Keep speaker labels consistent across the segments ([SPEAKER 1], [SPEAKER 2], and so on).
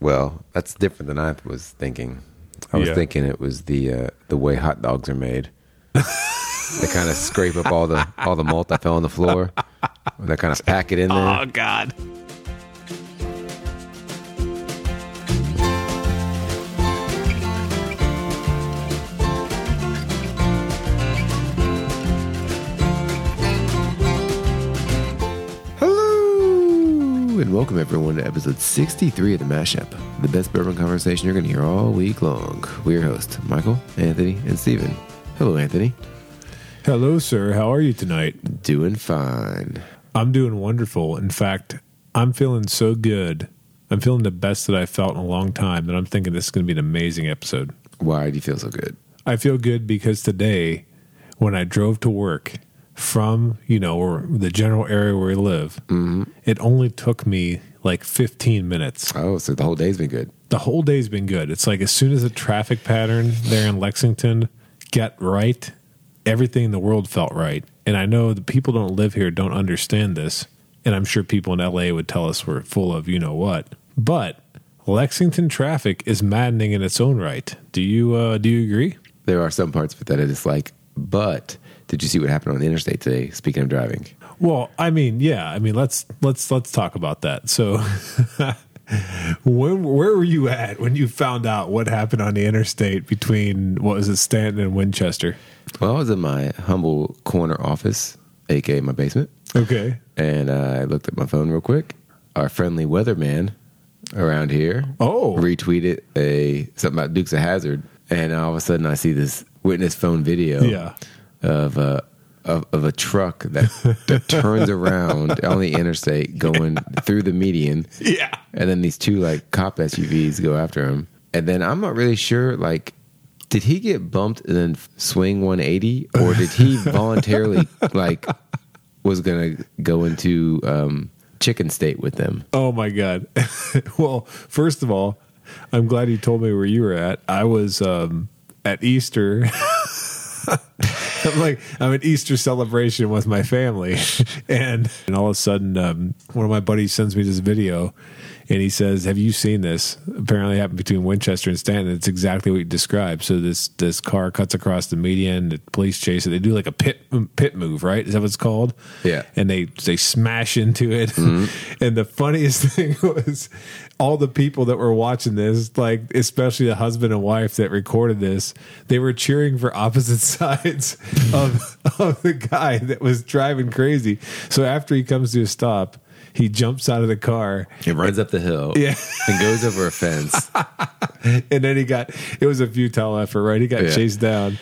[SPEAKER 1] Well, that's different than I was thinking. I was
[SPEAKER 2] Yeah.
[SPEAKER 1] thinking it was the uh, the way hot dogs are made. they kind of scrape up all the all the malt that fell on the floor. They kind of pack it in there.
[SPEAKER 2] Oh God.
[SPEAKER 3] Hello and welcome everyone to episode 63 of the Mashup, the best bourbon conversation you're going to hear all week long. We're your hosts, Michael, Anthony, and Steven. Hello, Anthony.
[SPEAKER 4] Hello, sir. How are you tonight?
[SPEAKER 3] Doing fine.
[SPEAKER 4] I'm doing wonderful. In fact, I'm feeling so good. I'm feeling the best that I felt in a long time that I'm thinking this is going to be an amazing episode.
[SPEAKER 3] Why do you feel so good?
[SPEAKER 4] I feel good because today, when I drove to work from, you know, or the general area where we live, it only took me like 15 minutes.
[SPEAKER 3] Oh, so the whole day's been good.
[SPEAKER 4] The whole day's been good. It's like as soon as the traffic pattern there in Lexington got right, everything in the world felt right. And I know the people don't live here don't understand this, and I'm sure people in LA would tell us we're full of you know what. But Lexington traffic is maddening in its own right. Do you uh, do you agree?
[SPEAKER 3] There are some parts of it that I dislike, but did you see what happened on the interstate today? Speaking of driving,
[SPEAKER 4] Well, I mean, yeah, I mean, let's let's let's talk about that. So, when where were you at when you found out what happened on the interstate between what was it, Stanton and Winchester?
[SPEAKER 3] well, I was in my humble corner office, aka my basement,
[SPEAKER 4] Okay.
[SPEAKER 3] and I looked at my phone real quick. Our friendly weatherman around here
[SPEAKER 4] Oh.
[SPEAKER 3] retweeted a something about Dukes of Hazard, and all of a sudden I see this witness phone video
[SPEAKER 4] Yeah.
[SPEAKER 3] of a of, of a truck that, that turns around on the interstate going through the median,
[SPEAKER 4] Yeah.
[SPEAKER 3] and then these two like cop SUVs go after him, and then I'm not really sure like. Did he get bumped and then swing 180, or did he voluntarily like was gonna go into um, chicken state with them?
[SPEAKER 4] Oh my god. well, first of all, I'm glad you told me where you were at. I was um, at Easter. I'm like I'm at Easter celebration with my family, and and all of a sudden, um, one of my buddies sends me this video, and he says, "Have you seen this?" Apparently, it happened between Winchester and Stanton. It's exactly what you described. So this this car cuts across the median. The police chase it. They do like a pit pit move, right? Is that what it's called?
[SPEAKER 3] Yeah.
[SPEAKER 4] and they they smash into it. and the funniest thing was all the people that were watching this, like especially the husband and wife that recorded this, they were cheering for opposite sides of of the guy that was driving crazy. So after he comes to a stop, he jumps out of the car
[SPEAKER 3] It runs up the hill,
[SPEAKER 4] Yeah.
[SPEAKER 3] and goes over a fence.
[SPEAKER 4] and then he got it was a futile effort, right? He got
[SPEAKER 3] Yeah.
[SPEAKER 4] chased down.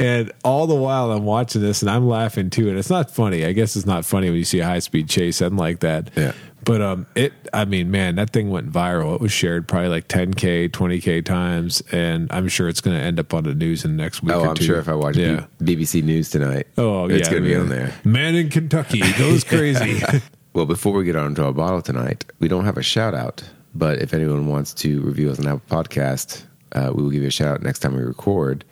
[SPEAKER 4] And all the while I'm watching this and I'm laughing too. And it's not funny. I guess it's not funny when you see a high speed chase and like that.
[SPEAKER 3] Yeah.
[SPEAKER 4] But um it I mean, man, that thing went viral. It was shared probably like ten K, twenty K times, and I'm sure it's gonna end up on the news in the next week.
[SPEAKER 3] Oh,
[SPEAKER 4] or
[SPEAKER 3] I'm
[SPEAKER 4] two.
[SPEAKER 3] sure if I watch
[SPEAKER 4] Yeah.
[SPEAKER 3] B- BBC News tonight,
[SPEAKER 4] Oh, yeah.
[SPEAKER 3] it's gonna be
[SPEAKER 4] man.
[SPEAKER 3] on there.
[SPEAKER 4] Man in Kentucky goes crazy.
[SPEAKER 3] Well, before we get on to our bottle tonight, we don't have a shout out, but if anyone wants to review us on Apple Podcast, uh, we will give you a shout out next time we record.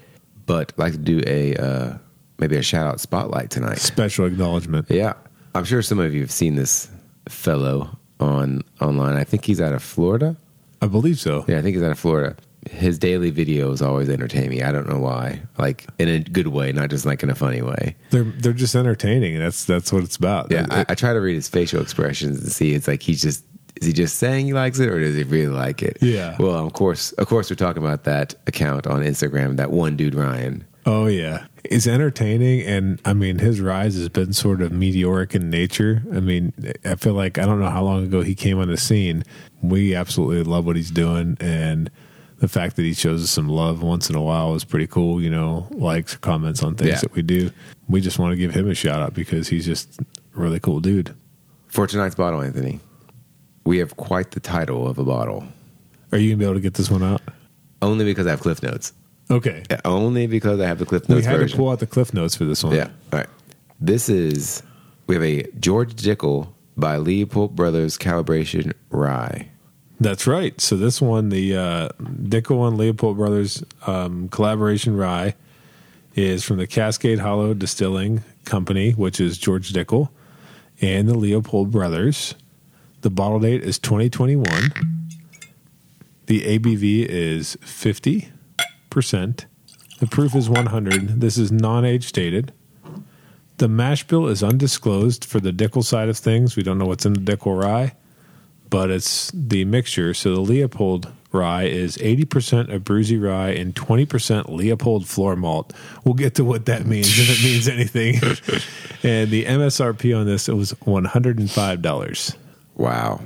[SPEAKER 3] But I'd like to do a uh, maybe a shout out spotlight tonight.
[SPEAKER 4] Special acknowledgement.
[SPEAKER 3] Yeah, I'm sure some of you have seen this fellow on online. I think he's out of Florida.
[SPEAKER 4] I believe so.
[SPEAKER 3] Yeah, I think he's out of Florida. His daily videos always entertain me. I don't know why, like in a good way, not just like in a funny way.
[SPEAKER 4] They're they're just entertaining. That's that's what it's about.
[SPEAKER 3] Yeah,
[SPEAKER 4] It-
[SPEAKER 3] I, I try to read his facial expressions and see it's like he's just is he just saying he likes it or does he really like it?
[SPEAKER 4] Yeah.
[SPEAKER 3] Well, of course, of course, we're talking about that account on Instagram, that one dude Ryan.
[SPEAKER 4] Oh yeah, it's entertaining, and I mean his rise has been sort of meteoric in nature. I mean, I feel like I don't know how long ago he came on the scene. We absolutely love what he's doing, and the fact that he shows us some love once in a while is pretty cool. You know, likes, comments on things
[SPEAKER 3] Yeah.
[SPEAKER 4] that we do. We just want to give him a shout out because he's just a really cool dude.
[SPEAKER 3] For tonight's bottle, Anthony, we have quite the title of a bottle.
[SPEAKER 4] Are you gonna be able to get this one out?
[SPEAKER 3] Only because I have Cliff Notes.
[SPEAKER 4] Okay,
[SPEAKER 3] Yeah, Only because I have the Cliff
[SPEAKER 4] we
[SPEAKER 3] Notes
[SPEAKER 4] had to
[SPEAKER 3] version.
[SPEAKER 4] pull out the cliff notes for this one.
[SPEAKER 3] yeah. All right. This is we have a George Dickel by Leopold Brothers Calibration Rye.
[SPEAKER 4] That's right. So this one, the uh, Dickel and Leopold Brothers um, collaboration rye, is from the Cascade Hollow Distilling Company, which is George Dickel and the Leopold Brothers. The bottle date is 2021. The ABV is 50%. The proof is 100. This is non age stated. The mash bill is undisclosed for the Dickel side of things. We don't know what's in the Dickel rye, but it's the mixture. So the Leopold rye is 80% Abruzzi rye and 20% Leopold floor malt. We'll get to what that means if it means anything. and the MSRP on this it was $105.
[SPEAKER 3] Wow.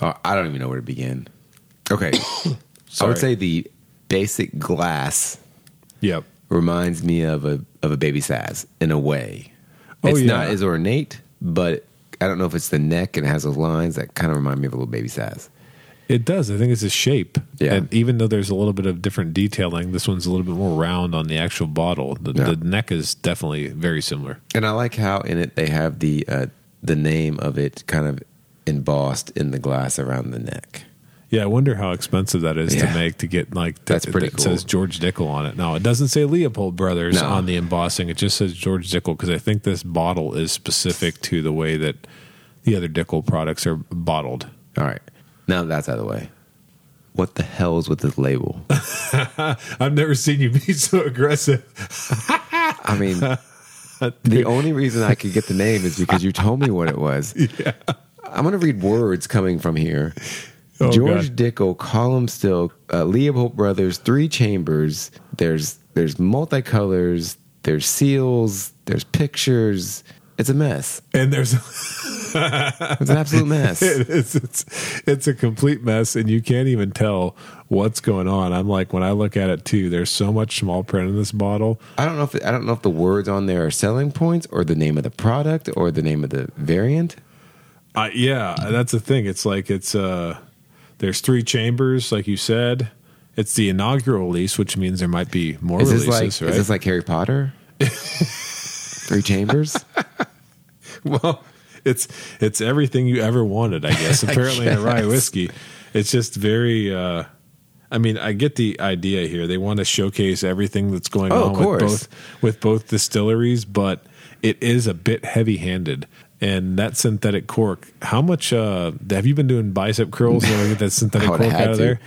[SPEAKER 3] Uh, I don't even know where to begin. Okay. I
[SPEAKER 4] Sorry.
[SPEAKER 3] would say the basic glass
[SPEAKER 4] Yep.
[SPEAKER 3] reminds me of a of a baby size in a way.
[SPEAKER 4] Oh,
[SPEAKER 3] it's
[SPEAKER 4] yeah.
[SPEAKER 3] not as ornate, but I don't know if it's the neck and it has those lines that kind of remind me of a little baby size.
[SPEAKER 4] It does. I think it's a shape.
[SPEAKER 3] Yeah.
[SPEAKER 4] And even though there's a little bit of different detailing, this one's a little bit more round on the actual bottle. The,
[SPEAKER 3] Yeah.
[SPEAKER 4] the neck is definitely very similar.
[SPEAKER 3] And I like how in it they have the uh, the name of it kind of embossed in the glass around the neck.
[SPEAKER 4] Yeah, I wonder how expensive that is to
[SPEAKER 3] Yeah.
[SPEAKER 4] make to get like
[SPEAKER 3] That's pretty
[SPEAKER 4] It says
[SPEAKER 3] cool.
[SPEAKER 4] George Dickel on it. No, it doesn't say Leopold Brothers
[SPEAKER 3] No.
[SPEAKER 4] on the embossing. It just says George Dickel because I think this bottle is specific to the way that the other Dickel products are bottled.
[SPEAKER 3] All right. Now that's out of the way. What the hell is with this label?
[SPEAKER 4] I've never seen you be so aggressive.
[SPEAKER 3] I mean, the only reason I could get the name is because you told me what it was. I'm going to read words coming from here.
[SPEAKER 4] Oh,
[SPEAKER 3] George
[SPEAKER 4] God.
[SPEAKER 3] Dickel, column still, uh, Leopold Brothers, three chambers. There's there's multicolors. There's seals. There's pictures. It's a mess.
[SPEAKER 4] And there's
[SPEAKER 3] It's an absolute mess.
[SPEAKER 4] it is. It's, it's a complete mess, and you can't even tell what's going on. I'm like, when I look at it too, there's so much small print in this bottle.
[SPEAKER 3] I don't know if I don't know if the words on there are selling points or the name of the product or the name of the variant.
[SPEAKER 4] I, yeah, that's the thing. It's like it's uh, there's three chambers, like you said. It's the inaugural release, which means there might be more
[SPEAKER 3] Is this
[SPEAKER 4] releases,
[SPEAKER 3] like
[SPEAKER 4] right?
[SPEAKER 3] is this like Harry Potter? Three chambers.
[SPEAKER 4] well, it's it's everything you ever wanted, I guess. Apparently, in a rye
[SPEAKER 3] guess.
[SPEAKER 4] whiskey, it's just very. Uh, I mean, I get the idea here. They want to showcase everything that's going
[SPEAKER 3] Oh,
[SPEAKER 4] on
[SPEAKER 3] of
[SPEAKER 4] with
[SPEAKER 3] course.
[SPEAKER 4] both with both distilleries, but it is a bit heavy-handed. And that synthetic cork, how much uh, have you been doing bicep curls in order to get that
[SPEAKER 3] I
[SPEAKER 4] synthetic cork
[SPEAKER 3] would've
[SPEAKER 4] out
[SPEAKER 3] had
[SPEAKER 4] of
[SPEAKER 3] to.
[SPEAKER 4] there?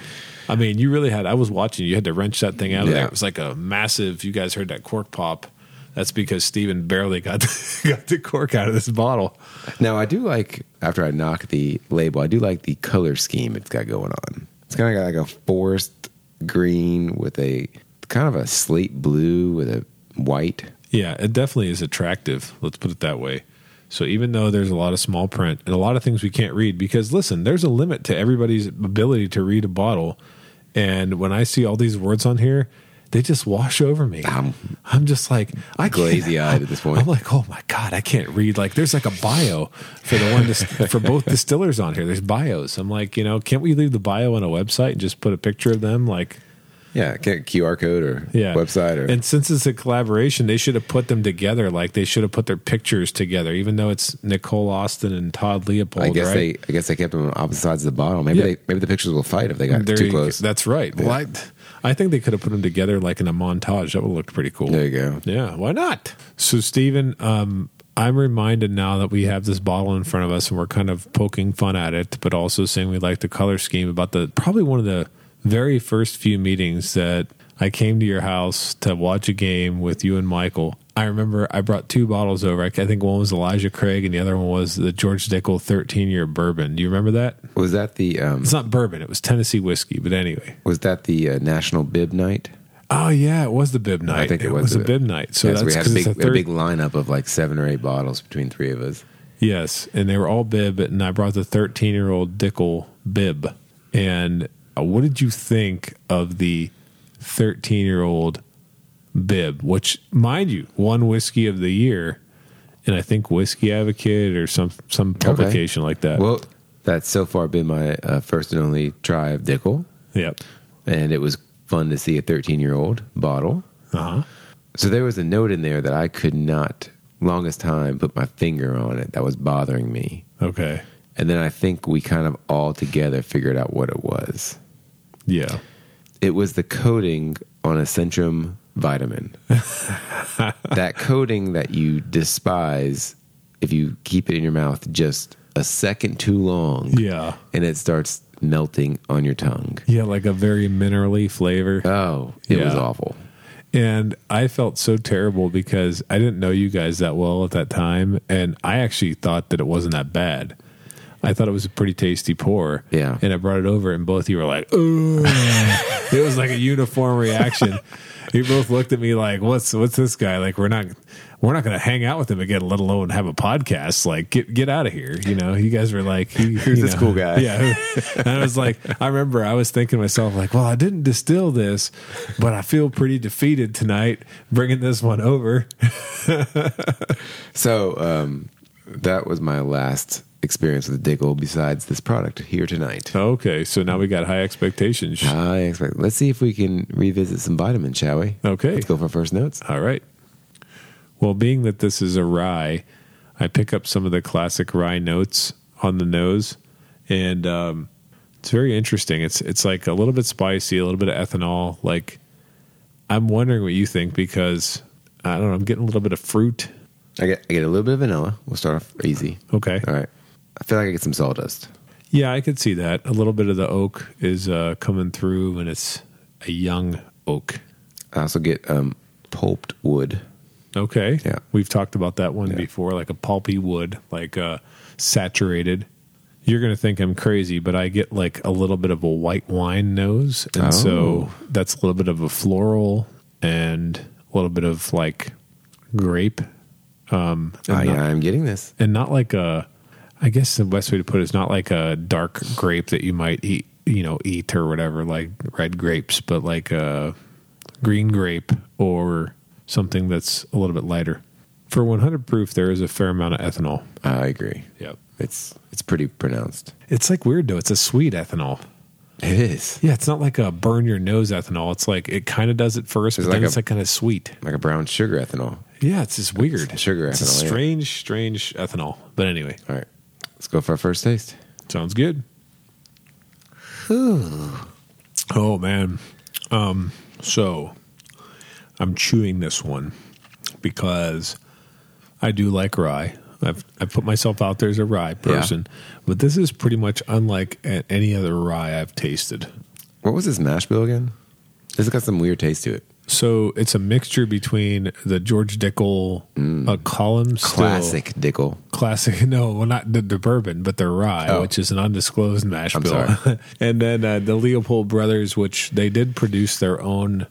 [SPEAKER 4] I mean, you really had. I was watching. You had to wrench that thing out of
[SPEAKER 3] Yeah.
[SPEAKER 4] there. It was like a massive. You guys heard that cork pop. That's because Steven barely got got the cork out of this bottle.
[SPEAKER 3] Now I do like after I knock the label, I do like the color scheme it's got going on. It's kind of got like a forest green with a kind of a slate blue with a white.
[SPEAKER 4] Yeah, it definitely is attractive. Let's put it that way. So even though there's a lot of small print and a lot of things we can't read, because listen, there's a limit to everybody's ability to read a bottle. And when I see all these words on here, they just wash over me. I'm, just like I can't-
[SPEAKER 3] glazy-eyed at this point.
[SPEAKER 4] I'm like, oh my god, I can't read. Like, there's like a bio for the one dis- for both distillers on here. There's bios. I'm like, you know, can't we leave the bio on a website and just put a picture of them? Like,
[SPEAKER 3] Yeah, get QR code or
[SPEAKER 4] yeah.
[SPEAKER 3] website or
[SPEAKER 4] and since it's a collaboration they should have put them together like they should have put their pictures together even though it's nicole austin and todd leopold
[SPEAKER 3] I guess
[SPEAKER 4] right
[SPEAKER 3] they I guess they kept them on opposite sides of the bottle. Maybe
[SPEAKER 4] Yeah.
[SPEAKER 3] they maybe the pictures will fight if they got
[SPEAKER 4] There
[SPEAKER 3] too
[SPEAKER 4] you-
[SPEAKER 3] close.
[SPEAKER 4] that's right well I, I think they could have put them together like in a montage that would have looked pretty cool
[SPEAKER 3] there you go.
[SPEAKER 4] yeah why not so stephen um I'm reminded now that we have this bottle in front of us and we're kind of poking fun at it, but also saying we like the color scheme about the probably one of the very first few meetings that I came to your house to watch a game with you and Michael. I remember I brought two bottles over. I think one was Elijah Craig and the other one was the George Dickel 13 year bourbon. Do you remember that?
[SPEAKER 3] Was that the um,
[SPEAKER 4] It's not bourbon, it was Tennessee whiskey, but anyway.
[SPEAKER 3] was that the uh, National Bib Night?
[SPEAKER 4] Oh, yeah, it was the bib night.
[SPEAKER 3] I think it was
[SPEAKER 4] a
[SPEAKER 3] the-
[SPEAKER 4] bib night. So
[SPEAKER 3] Yeah,
[SPEAKER 4] that's
[SPEAKER 3] we had
[SPEAKER 4] 'cause
[SPEAKER 3] a
[SPEAKER 4] it's
[SPEAKER 3] big,
[SPEAKER 4] the
[SPEAKER 3] a
[SPEAKER 4] thir-
[SPEAKER 3] big lineup of like seven or eight bottles between three of us.
[SPEAKER 4] Yes, and they were all bib, and I brought the thirteen-year-old Dickel bib. And uh, what did you think of the thirteen-year-old bib? Which, mind you, one whiskey of the year, and I think Whiskey Advocate or some some publication like that.
[SPEAKER 3] Well, that's so far been my uh, first and only try of Dickel,
[SPEAKER 4] yep.
[SPEAKER 3] and it was fun to see a 13 year old bottle.
[SPEAKER 4] Uh huh.
[SPEAKER 3] So there was a note in there that I could not, longest time, put my finger on it that was bothering me.
[SPEAKER 4] Okay.
[SPEAKER 3] And then I think we kind of all together figured out what it was.
[SPEAKER 4] Yeah.
[SPEAKER 3] It was the coating on a Centrum vitamin. that coating that you despise if you keep it in your mouth just a second too long,
[SPEAKER 4] Yeah.
[SPEAKER 3] and it starts melting on your tongue.
[SPEAKER 4] Yeah, like a very minerally flavor.
[SPEAKER 3] Oh, it was
[SPEAKER 4] Yeah.
[SPEAKER 3] awful.
[SPEAKER 4] And I felt so terrible because I didn't know you guys that well at that time. And I actually thought that it wasn't that bad. I thought it was a pretty tasty pour.
[SPEAKER 3] Yeah.
[SPEAKER 4] And I brought it over, and both of you were like, ooh. it was like a uniform reaction. you both looked at me like, what's what's this guy? Like, we're not. We're not going to hang out with him again, let alone have a podcast. Like, get get out of here. You know, you guys were like, he- you
[SPEAKER 1] this
[SPEAKER 4] know.
[SPEAKER 1] cool guy?
[SPEAKER 4] Yeah, and I was like, I remember I was thinking to myself, like, well, I didn't distill this, but I feel pretty defeated tonight bringing this one over.
[SPEAKER 3] So um, that was my last experience with Diggle. Besides this product here tonight,
[SPEAKER 4] Okay, so now we got high expectations.
[SPEAKER 3] I expect. Let's see if we can revisit some vitamins, shall we?
[SPEAKER 4] Okay.
[SPEAKER 3] Let's go for first notes.
[SPEAKER 4] All right. Well, being that this is a rye, I pick up some of the classic rye notes on the nose, and um, it's very interesting. It's it's like a little bit spicy, a little bit of ethanol. Like, I'm wondering what you think because I don't know. I'm getting a little bit of fruit.
[SPEAKER 3] I get I get a little bit of vanilla. We'll start off easy.
[SPEAKER 4] Okay.
[SPEAKER 3] All right. I feel like I get some sawdust.
[SPEAKER 4] Yeah, I could see that. A little bit of the oak is uh, coming through, and it's a young oak.
[SPEAKER 3] I also get um, pulped wood.
[SPEAKER 4] Okay.
[SPEAKER 3] Yeah.
[SPEAKER 4] We've talked about that one before, like a pulpy wood, like uh, saturated. You're going to think I'm crazy, but I get like a little bit of a white wine nose. And so that's a little bit of a floral and a little bit of like grape. Um, and,
[SPEAKER 3] I,
[SPEAKER 4] not,
[SPEAKER 3] I'm getting this.
[SPEAKER 4] and not like a, I guess the best way to put it is not like a dark grape that you might eat, you know, eat or whatever, like red grapes, but like a green grape or something that's a little bit lighter. For 100 proof, there is a fair amount of ethanol.
[SPEAKER 3] I agree.
[SPEAKER 4] Yep.
[SPEAKER 3] It's it's pretty pronounced.
[SPEAKER 4] It's like weird though. It's a sweet ethanol.
[SPEAKER 3] It is
[SPEAKER 4] Yeah, it's not like a burn your nose ethanol. It's like it kind of does it first,
[SPEAKER 3] It's
[SPEAKER 4] but then
[SPEAKER 3] like a-
[SPEAKER 4] it's like kind of sweet.
[SPEAKER 3] like a brown sugar ethanol.
[SPEAKER 4] Yeah, it's just weird.
[SPEAKER 3] sugar
[SPEAKER 4] It's
[SPEAKER 3] ethanol,
[SPEAKER 4] a
[SPEAKER 3] yeah.
[SPEAKER 4] strange, strange ethanol. But anyway,
[SPEAKER 3] All right, let's go for our first taste.
[SPEAKER 4] Sounds good. Oh man. Um so I'm chewing this one because I do like rye. I've I put myself out there as a rye person, but this is pretty much unlike a- any other rye I've tasted.
[SPEAKER 3] What was this mash bill again? This has got some weird taste to it.
[SPEAKER 4] So it's a mixture between the George Dickel, a column still-
[SPEAKER 3] Classic Dickel.
[SPEAKER 4] classic. No, well, not the, the bourbon, but the rye,
[SPEAKER 3] Oh.
[SPEAKER 4] which is an undisclosed mash
[SPEAKER 3] I'm
[SPEAKER 4] bill. and then uh, the Leopold brothers, which they did produce their own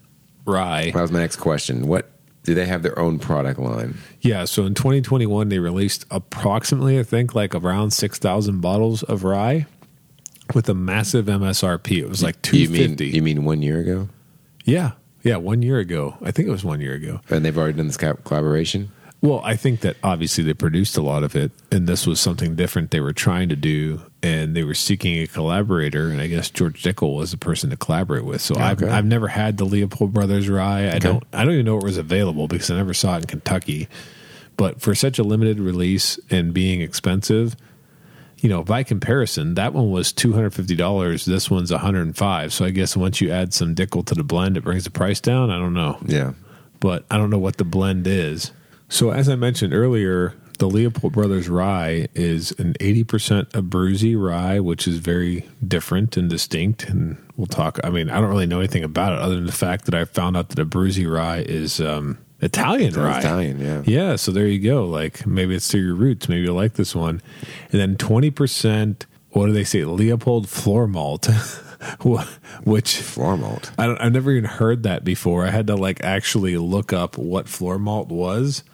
[SPEAKER 4] rye.
[SPEAKER 3] That was my next question. What do they have their own product line?
[SPEAKER 4] Yeah, so in 2021 they released approximately, I think, like around six thousand bottles of rye with a massive MSRP. It was like two
[SPEAKER 3] You mean
[SPEAKER 4] fifty.
[SPEAKER 3] you mean one year ago?
[SPEAKER 4] Yeah, yeah, one year ago. I think it was one year ago.
[SPEAKER 3] And they've already done this co- collaboration.
[SPEAKER 4] Well, I think that obviously they produced a lot of it, and this was something different they were trying to do, and they were seeking a collaborator, and I guess George Dickel was the person to collaborate with. So I've,
[SPEAKER 3] Okay.
[SPEAKER 4] I've never had the Leopold Brothers rye. I don't I don't even know it was available because I never saw it in Kentucky. But for such a limited release and being expensive, you know, by comparison, that one was two hundred fifty dollars. This one's one hundred and five. So I guess once you add some Dickel to the blend, it brings the price down. I don't know
[SPEAKER 3] Yeah.
[SPEAKER 4] but I don't know what the blend is. So, as I mentioned earlier, the Leopold Brothers rye is an 80% Abruzzi rye, which is very different and distinct. And we'll talk, I mean, I don't really know anything about it other than the fact that I found out that Abruzzi rye is um, Italian rye.
[SPEAKER 3] Italian, yeah.
[SPEAKER 4] Yeah, so there you go. Like maybe it's through your roots. Maybe you like this one. And then 20%, what do they say? Leopold floor malt, wh- which
[SPEAKER 3] Flour malt.
[SPEAKER 4] I don't, I've never even heard that before. I had to like actually look up what floor malt was,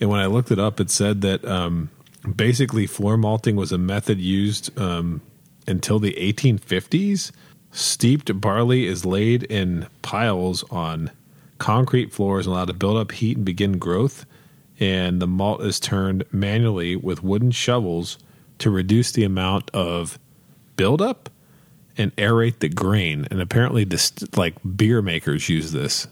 [SPEAKER 4] and when I looked it up, it said that um, basically floor malting was a method used um, until the 1850s. Steeped barley is laid in piles on concrete floors and allowed to build up heat and begin growth, and the malt is turned manually with wooden shovels to reduce the amount of buildup and aerate the grain. And apparently, this like beer makers use this,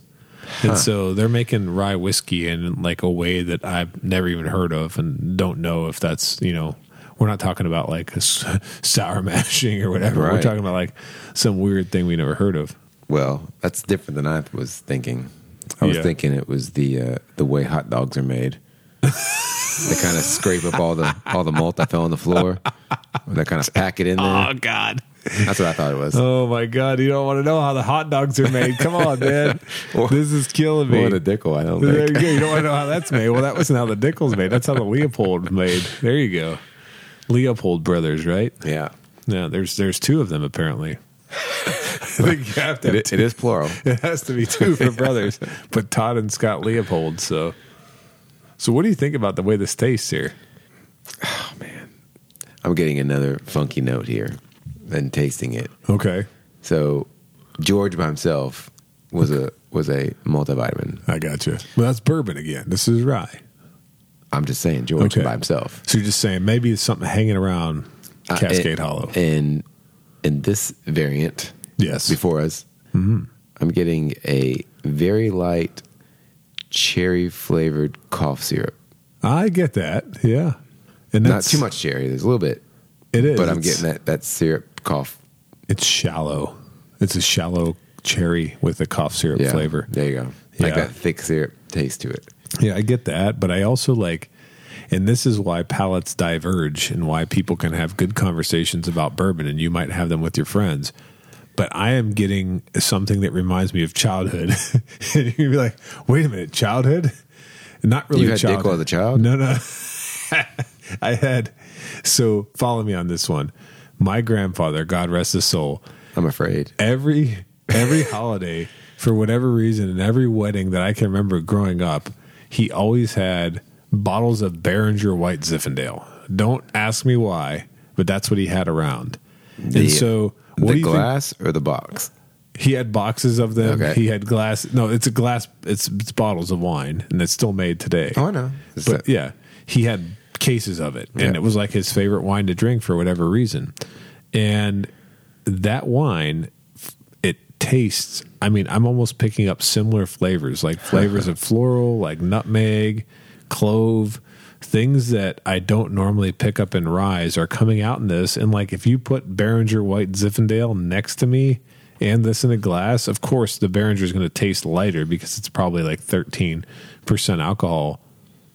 [SPEAKER 4] and so they're making rye whiskey in like a way that I've never even heard of, and don't know if that's you know. We're not talking about like a s- sour mashing or whatever. We're
[SPEAKER 3] Right.
[SPEAKER 4] talking about like some weird thing we never heard of.
[SPEAKER 3] Well, that's different than I was thinking. I was
[SPEAKER 4] Yeah.
[SPEAKER 3] thinking it was the uh, the way hot dogs are made.
[SPEAKER 1] They kind of scrape up all the all the malt that fell on the floor. They kind of pack it in there.
[SPEAKER 4] Oh God.
[SPEAKER 1] That's what I thought it was.
[SPEAKER 4] Oh my God! You don't want to know how the hot dogs are made. Come on, man. this is killing me.
[SPEAKER 3] What a dickle! I don't
[SPEAKER 4] There
[SPEAKER 3] think.
[SPEAKER 4] you go. You don't want to know how that's made. Well, that wasn't how the Dickel's made. That's how the Leopold was made. There you go. Leopold brothers, right?
[SPEAKER 1] Yeah,
[SPEAKER 4] Yeah, there's there's two of them apparently. I think you have to.
[SPEAKER 1] it,
[SPEAKER 4] Have
[SPEAKER 1] i-
[SPEAKER 4] two.
[SPEAKER 1] it is plural.
[SPEAKER 4] It has to be two for brothers, but Todd and Scott Leopold. So, so what do you think about the way this tastes here?
[SPEAKER 3] I'm getting another funky note here, and tasting it.
[SPEAKER 4] Okay,
[SPEAKER 3] So George by himself was a was a multivitamin.
[SPEAKER 4] I got you. Well, that's bourbon again. This is rye.
[SPEAKER 3] I'm just saying George
[SPEAKER 4] Okay.
[SPEAKER 3] by himself.
[SPEAKER 4] So you're just saying maybe it's something hanging around
[SPEAKER 3] Uh,
[SPEAKER 4] Cascade
[SPEAKER 3] and-
[SPEAKER 4] Hollow.
[SPEAKER 3] And in this variant
[SPEAKER 4] yes.
[SPEAKER 3] before us,
[SPEAKER 4] Mm-hmm.
[SPEAKER 3] I'm getting a very light cherry flavored cough syrup.
[SPEAKER 4] I get that. Yeah. And
[SPEAKER 3] Not
[SPEAKER 4] that's
[SPEAKER 3] too much cherry. There's a little bit,
[SPEAKER 4] It is.
[SPEAKER 3] but I'm
[SPEAKER 4] It's-
[SPEAKER 3] getting that that syrup cough
[SPEAKER 4] It's shallow. It's a shallow cherry with a cough syrup
[SPEAKER 3] yeah,
[SPEAKER 4] flavor.
[SPEAKER 3] There you go. Like
[SPEAKER 4] Yeah.
[SPEAKER 3] that thick syrup taste to it.
[SPEAKER 4] Yeah, I get that, but I also like and this is why palates diverge and why people can have good conversations about bourbon and you might have them with your friends. But I am getting something that reminds me of childhood. and you'd be like, wait a minute, childhood? Not really
[SPEAKER 3] You had
[SPEAKER 4] childhood.
[SPEAKER 3] Dickel as a child?
[SPEAKER 4] No, no. I had so follow me on this one. My grandfather, God rest his soul,
[SPEAKER 3] I'm afraid.
[SPEAKER 4] every every holiday for whatever reason and every wedding that I can remember growing up, he always had bottles of Behringer White Zinfandel. Don't ask me why, but that's what he had around.
[SPEAKER 3] The-
[SPEAKER 4] and so what do
[SPEAKER 3] the
[SPEAKER 4] you think-
[SPEAKER 3] glass or the box?
[SPEAKER 4] he had boxes of them.
[SPEAKER 3] Okay.
[SPEAKER 4] He had glass. No, it's a glass. It's, it's bottles of wine, and it's still made today.
[SPEAKER 3] Oh, I know. It's
[SPEAKER 4] But
[SPEAKER 3] a-
[SPEAKER 4] yeah, he had cases of it, and
[SPEAKER 3] Yeah.
[SPEAKER 4] it was like his favorite wine to drink for whatever reason. And that wine, f- it tastes. I mean, I'm almost picking up similar flavors, like flavors of floral, like nutmeg, clove. Things that I don't normally pick up in ryes are coming out in this, and like if you put Behringer White Zinfandel next to me and this in a glass, of course the Behringer is going to taste lighter because it's probably like 13 percent alcohol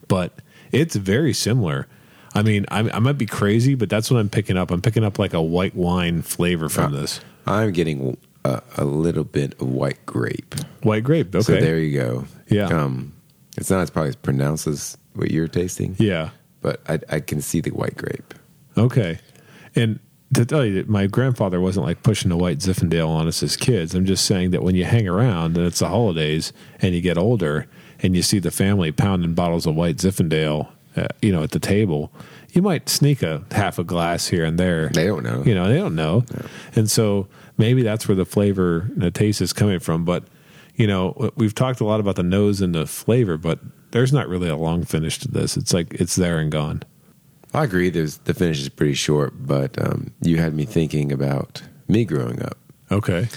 [SPEAKER 4] but it's very similar. I mean, I, I might be crazy, but that's what I'm picking up. I'm picking up like a white wine flavor from
[SPEAKER 3] Uh,
[SPEAKER 4] this
[SPEAKER 3] I'm getting a, a little bit of white grape.
[SPEAKER 4] white grape. Okay,
[SPEAKER 3] So there you go.
[SPEAKER 4] Yeah.
[SPEAKER 3] Um, it's not as probably as pronounced as what you're tasting,
[SPEAKER 4] yeah,
[SPEAKER 3] but I, I can see the white grape.
[SPEAKER 4] okay. And to tell you that my grandfather wasn't like pushing a white Zinfandel on us as kids. I'm just saying that when you hang around and it's the holidays and you get older and you see the family pounding bottles of white Zinfandel, uh, you know, at the table, you might sneak a half a glass here and there.
[SPEAKER 3] They don't know.
[SPEAKER 4] You know, they don't know. And so maybe that's where the flavor and the taste is coming from. But, you know, we've talked a lot about the nose and the flavor, but there's not really a long finish to this. It's like it's there and gone.
[SPEAKER 3] I agree. There's the finish is pretty short, but um, you had me thinking about me growing up.
[SPEAKER 4] Okay.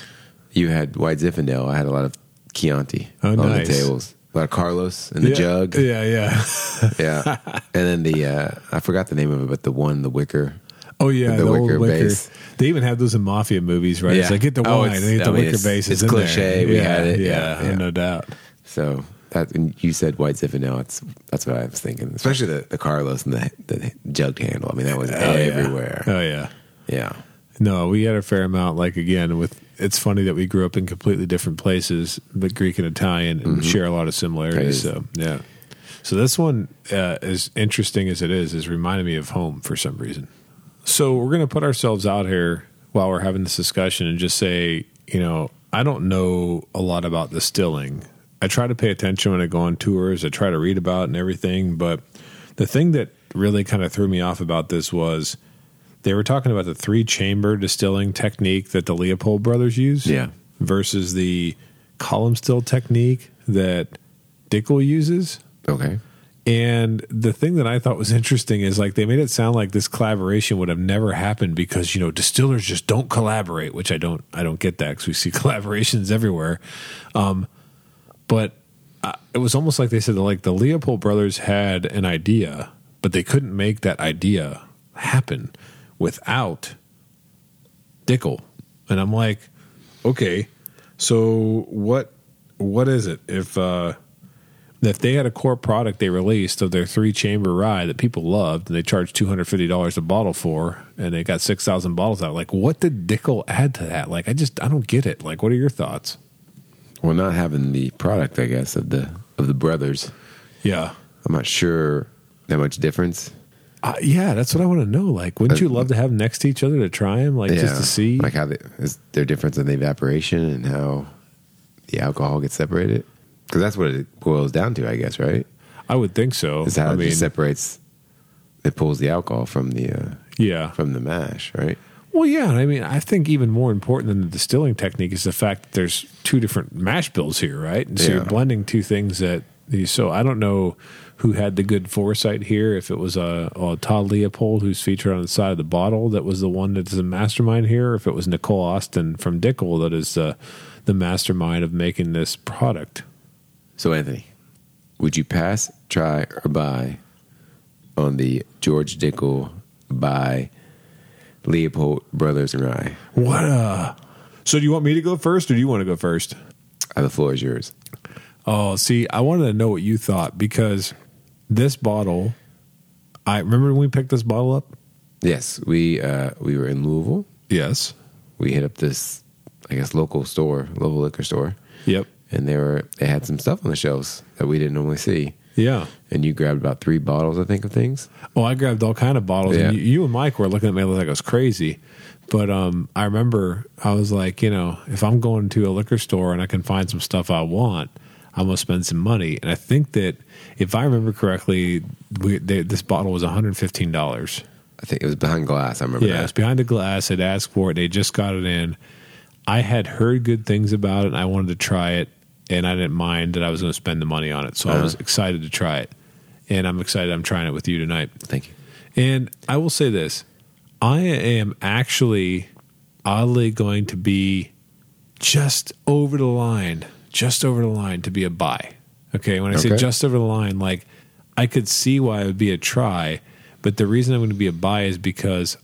[SPEAKER 3] You had white Zinfandel. I had a lot of Chianti
[SPEAKER 4] Oh,
[SPEAKER 3] on
[SPEAKER 4] nice.
[SPEAKER 3] the tables. A lot of Carlos in the
[SPEAKER 4] yeah.
[SPEAKER 3] jug.
[SPEAKER 4] Yeah, yeah.
[SPEAKER 3] Yeah. and then the uh, I forgot the name of it, but the one the wicker.
[SPEAKER 4] Oh, yeah.
[SPEAKER 3] The wicker base.
[SPEAKER 4] They even have those in mafia movies, right? It's
[SPEAKER 3] Yeah.
[SPEAKER 4] like get the
[SPEAKER 3] Oh,
[SPEAKER 4] wine
[SPEAKER 3] it's-
[SPEAKER 4] and get
[SPEAKER 3] I
[SPEAKER 4] the
[SPEAKER 3] mean,
[SPEAKER 4] wicker
[SPEAKER 3] it's-
[SPEAKER 4] base.
[SPEAKER 3] it's
[SPEAKER 4] in there.
[SPEAKER 3] cliche. We
[SPEAKER 4] yeah,
[SPEAKER 3] had it.
[SPEAKER 4] Yeah,
[SPEAKER 3] Yeah, yeah.
[SPEAKER 4] no doubt.
[SPEAKER 3] So that and you said white Zinfandel. It's, that's what I was thinking, especially the, the Carlos and the, the jugged handle. I mean, that was Oh, everywhere.
[SPEAKER 4] Oh, yeah.
[SPEAKER 3] yeah.
[SPEAKER 4] No, we had a fair amount. Like again, with it's funny that we grew up in completely different places, but Greek and Italian and share a lot of similarities.
[SPEAKER 3] Right.
[SPEAKER 4] So yeah, so this one, uh, as interesting as it is, is reminding me of home for some reason. So we're gonna put ourselves out here while we're having this discussion and just say, you know, I don't know a lot about distilling. I try to pay attention when I go on tours. I try to read about it and everything, but the thing that really kind of threw me off about this was they were talking about the three chamber distilling technique that the Leopold brothers use
[SPEAKER 3] Yeah.
[SPEAKER 4] versus the column still technique that Dickel uses.
[SPEAKER 3] Okay.
[SPEAKER 4] And the thing that I thought was interesting is like they made it sound like this collaboration would have never happened because you know distillers just don't collaborate, which I don't I don't get that because we see collaborations everywhere. Um, but uh, it was almost like they said that like the Leopold brothers had an idea, but they couldn't make that idea happen without Dickel. And I'm like, okay, so what what is it if? uh if they had a core product they released of their three chamber rye that people loved and they charged two hundred fifty dollars a bottle for, and they got six thousand bottles out, like what did Dickel add to that? Like I just I don't get it. Like what are your thoughts?
[SPEAKER 3] Well, not having the product, I guess, of the of the brothers.
[SPEAKER 4] Yeah,
[SPEAKER 3] I'm not sure that much difference.
[SPEAKER 4] uh, yeah, that's what I want to know. Like, wouldn't you love to have them next to each other to try them, like just to see?
[SPEAKER 3] like how they, is there difference in the evaporation and how the alcohol gets separated? Because that's what it boils down to, I guess, right?
[SPEAKER 4] I would think so.
[SPEAKER 3] Is how
[SPEAKER 4] I
[SPEAKER 3] it
[SPEAKER 4] mean,
[SPEAKER 3] just separates. It pulls the alcohol from the uh,
[SPEAKER 4] yeah.
[SPEAKER 3] from the mash, right?
[SPEAKER 4] Well, yeah, and I mean, I think even more important than the distilling technique is the fact that there's two different mash bills here, right? And so you're
[SPEAKER 3] Yeah.
[SPEAKER 4] blending two things that. So I don't know who had the good foresight here. If it was a uh, Todd Leopold who's featured on the side of the bottle that was the one that is the mastermind here, or if it was Nicole Austin from Dickel that is uh, the mastermind of making this product.
[SPEAKER 3] So, Anthony, would you pass, try, or buy on the George Dickel by Leopold Brothers and Rye?
[SPEAKER 4] What a. So, do you want me to go first or do you want to go first?
[SPEAKER 3] Uh, The floor is yours.
[SPEAKER 4] Oh, see, I wanted to know what you thought because this bottle, I remember when we picked this bottle up?
[SPEAKER 3] Yes, we uh, we were in Louisville.
[SPEAKER 4] Yes.
[SPEAKER 3] We hit up this, I guess, local store, local liquor store,
[SPEAKER 4] Yep.
[SPEAKER 3] and they were they had some stuff on the shelves that we didn't normally see.
[SPEAKER 4] Yeah.
[SPEAKER 3] And you grabbed about three bottles, I think, of things.
[SPEAKER 4] Well, Oh, I grabbed all kind of bottles, and
[SPEAKER 3] Yeah.
[SPEAKER 4] you, you and Mike were looking at me like I was crazy. But um, I remember I was like, you know, if I'm going to a liquor store and I can find some stuff I want, I'm gonna spend some money. And I think that if I remember correctly, we, they, this bottle was 115 dollars.
[SPEAKER 3] I think it was behind glass. I remember
[SPEAKER 4] Yeah, it's
[SPEAKER 3] that.
[SPEAKER 4] behind the glass. I'd asked for it. They just got it in. I had heard good things about it. And I wanted to try it, and I didn't mind that I was going to spend the money on it. So I was excited to try it, and I'm excited. I'm trying it with you tonight.
[SPEAKER 3] Thank you.
[SPEAKER 4] And I will say this I am actually oddly going to be just over the line, just over the line to be a buy. Okay. When I say
[SPEAKER 3] Okay.
[SPEAKER 4] just over the line, like I could see why it would be a try, but the reason I'm going to be a buy is because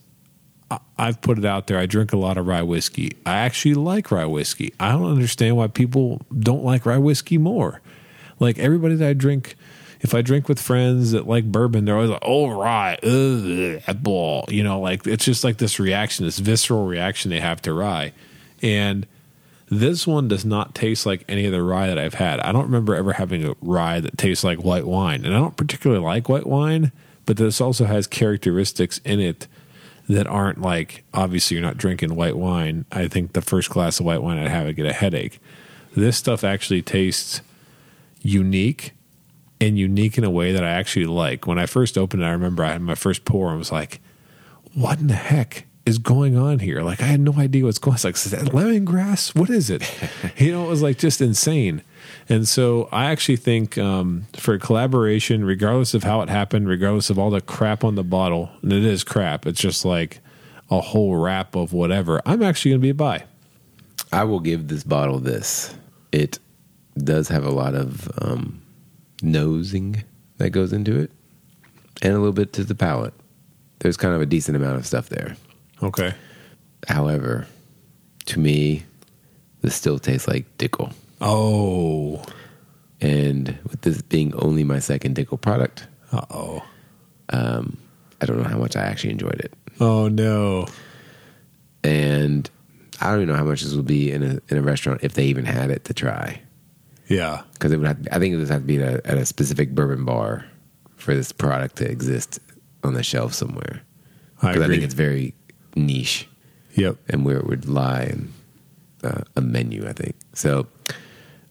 [SPEAKER 4] I- I've put it out there. I drink a lot of rye whiskey. I actually like rye whiskey. I don't understand why people don't like rye whiskey more. Like everybody that I drink, if I drink with friends that like bourbon, they're always like, "Oh, rye, ugh, that ball." You know, like it's just like this reaction, this visceral reaction they have to rye, and this one does not taste like any other rye that I've had. I don't remember ever having a rye that tastes like white wine, and I don't particularly like white wine, but this also has characteristics in it that aren't like obviously you're not drinking white wine. I think the first glass of white wine I'd have, I'd get a headache. This stuff actually tastes unique and unique in a way that I actually like. When I first opened it, I remember I had my first pour and was like, what in the heck is going on here? Like, I had no idea what's going on. It's like, is that lemongrass? What is it? you know, it was like just insane. And so I actually think um, for collaboration, regardless of how it happened, regardless of all the crap on the bottle, and it is crap, it's just like a whole wrap of whatever, I'm actually going to be a buy.
[SPEAKER 3] I will give this bottle this. It does have a lot of um, nosing that goes into it, and a little bit to the palate. There's kind of a decent amount of stuff there.
[SPEAKER 4] Okay.
[SPEAKER 3] However, to me, this still tastes like Dickel.
[SPEAKER 4] Oh.
[SPEAKER 3] And with this being only my second Dickel product,
[SPEAKER 4] Uh oh.
[SPEAKER 3] I don't know how much I actually enjoyed it.
[SPEAKER 4] Oh, no.
[SPEAKER 3] And I don't even know how much this would be in a in a restaurant if they even had it to try.
[SPEAKER 4] Yeah.
[SPEAKER 3] because it would have, I think it would have to be at a, at a specific bourbon bar for this product to exist on the shelf somewhere.
[SPEAKER 4] I
[SPEAKER 3] Because I,
[SPEAKER 4] agree.
[SPEAKER 3] think it's very niche
[SPEAKER 4] yep.
[SPEAKER 3] and where it would lie in uh, a menu. I think so.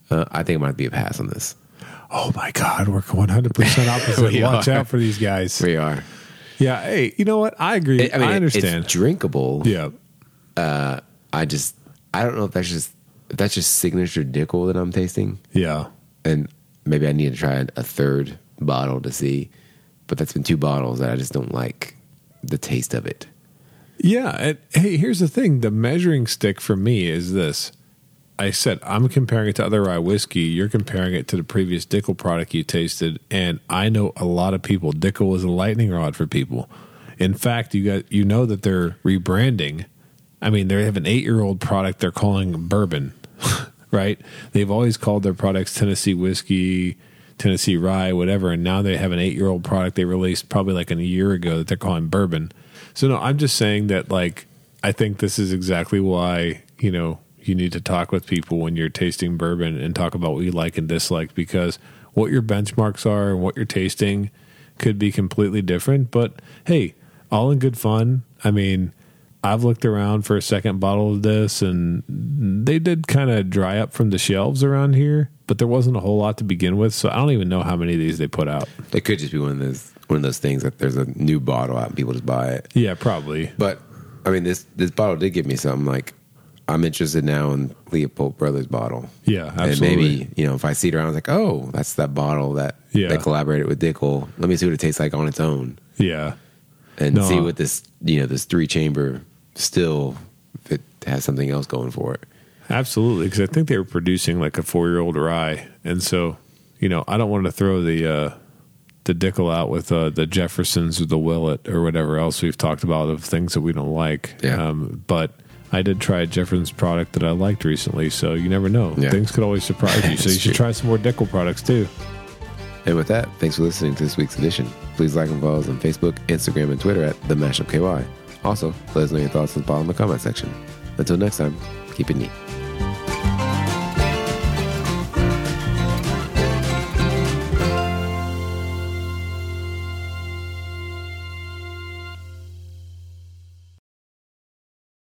[SPEAKER 3] Uh, I think it might be a pass on this.
[SPEAKER 4] Oh, my God. We're 100% opposite.
[SPEAKER 3] We
[SPEAKER 4] Watch
[SPEAKER 3] are.
[SPEAKER 4] out for these guys.
[SPEAKER 3] We are.
[SPEAKER 4] Yeah, hey, you know what? I agree. I,
[SPEAKER 3] it-
[SPEAKER 4] understand.
[SPEAKER 3] It's drinkable.
[SPEAKER 4] yeah.
[SPEAKER 3] I just I don't know if that's just if that's just signature Dickel that I'm tasting,
[SPEAKER 4] Yeah.
[SPEAKER 3] and maybe I need to try a third bottle to see. But that's been two bottles that I just don't like the taste of it.
[SPEAKER 4] Yeah. And hey, here's the thing the measuring stick for me is this. I said, I'm comparing it to other rye whiskey. You're comparing it to the previous Dickel product you tasted. And I know a lot of people, Dickel was a lightning rod for people. In fact, you got you know that they're rebranding. I mean, they have an eight year old product they're calling bourbon, right? They've always called their products Tennessee whiskey, Tennessee rye, whatever. And now they have an eight year old product they released probably like in a year ago that they're calling bourbon. So, no, I'm just saying that, like, I think this is exactly why, you know, you need to talk with people when you're tasting bourbon and talk about what you like and dislike because what your benchmarks are and what you're tasting could be completely different. But hey, all in good fun. I mean, I've looked around for a second bottle of this, and they did kind of dry up from the shelves around here, but there wasn't a whole lot to begin with. So I don't even know how many of these they put out.
[SPEAKER 3] It could just be one of those one of those things that there's a new bottle out and people just buy it.
[SPEAKER 4] Yeah, probably.
[SPEAKER 3] But I mean, this this bottle did give me something. Like I'm interested now in Leopold Brothers bottle.
[SPEAKER 4] Yeah, absolutely.
[SPEAKER 3] And maybe you know if I see it around, I was like, oh, that's that bottle that
[SPEAKER 4] Yeah.
[SPEAKER 3] that collaborated with Dickel. Let me see what it tastes like on its own
[SPEAKER 4] Yeah.
[SPEAKER 3] and
[SPEAKER 4] No,
[SPEAKER 3] see
[SPEAKER 4] I-
[SPEAKER 3] what this you know this three chamber still if it has something else going for it.
[SPEAKER 4] Absolutely, because I think they were producing like a four-year-old rye, and so you know I don't want to throw the uh, the Dickel out with uh, the Jeffersons or the Willet or whatever else we've talked about of things that we don't like.
[SPEAKER 3] Yeah.
[SPEAKER 4] Um, but I did try a Jefferson's product that I liked recently, so you never know.
[SPEAKER 3] Yeah.
[SPEAKER 4] Things could always surprise you. So you
[SPEAKER 3] That's
[SPEAKER 4] should
[SPEAKER 3] true.
[SPEAKER 4] try some more Dickel products too.
[SPEAKER 3] And with that, thanks for listening to this week's edition. Please like and follow us on Facebook, Instagram, and Twitter at the Mashup KY. Also, let us know your thoughts at the bottom of the comment section. Until next time, keep it neat.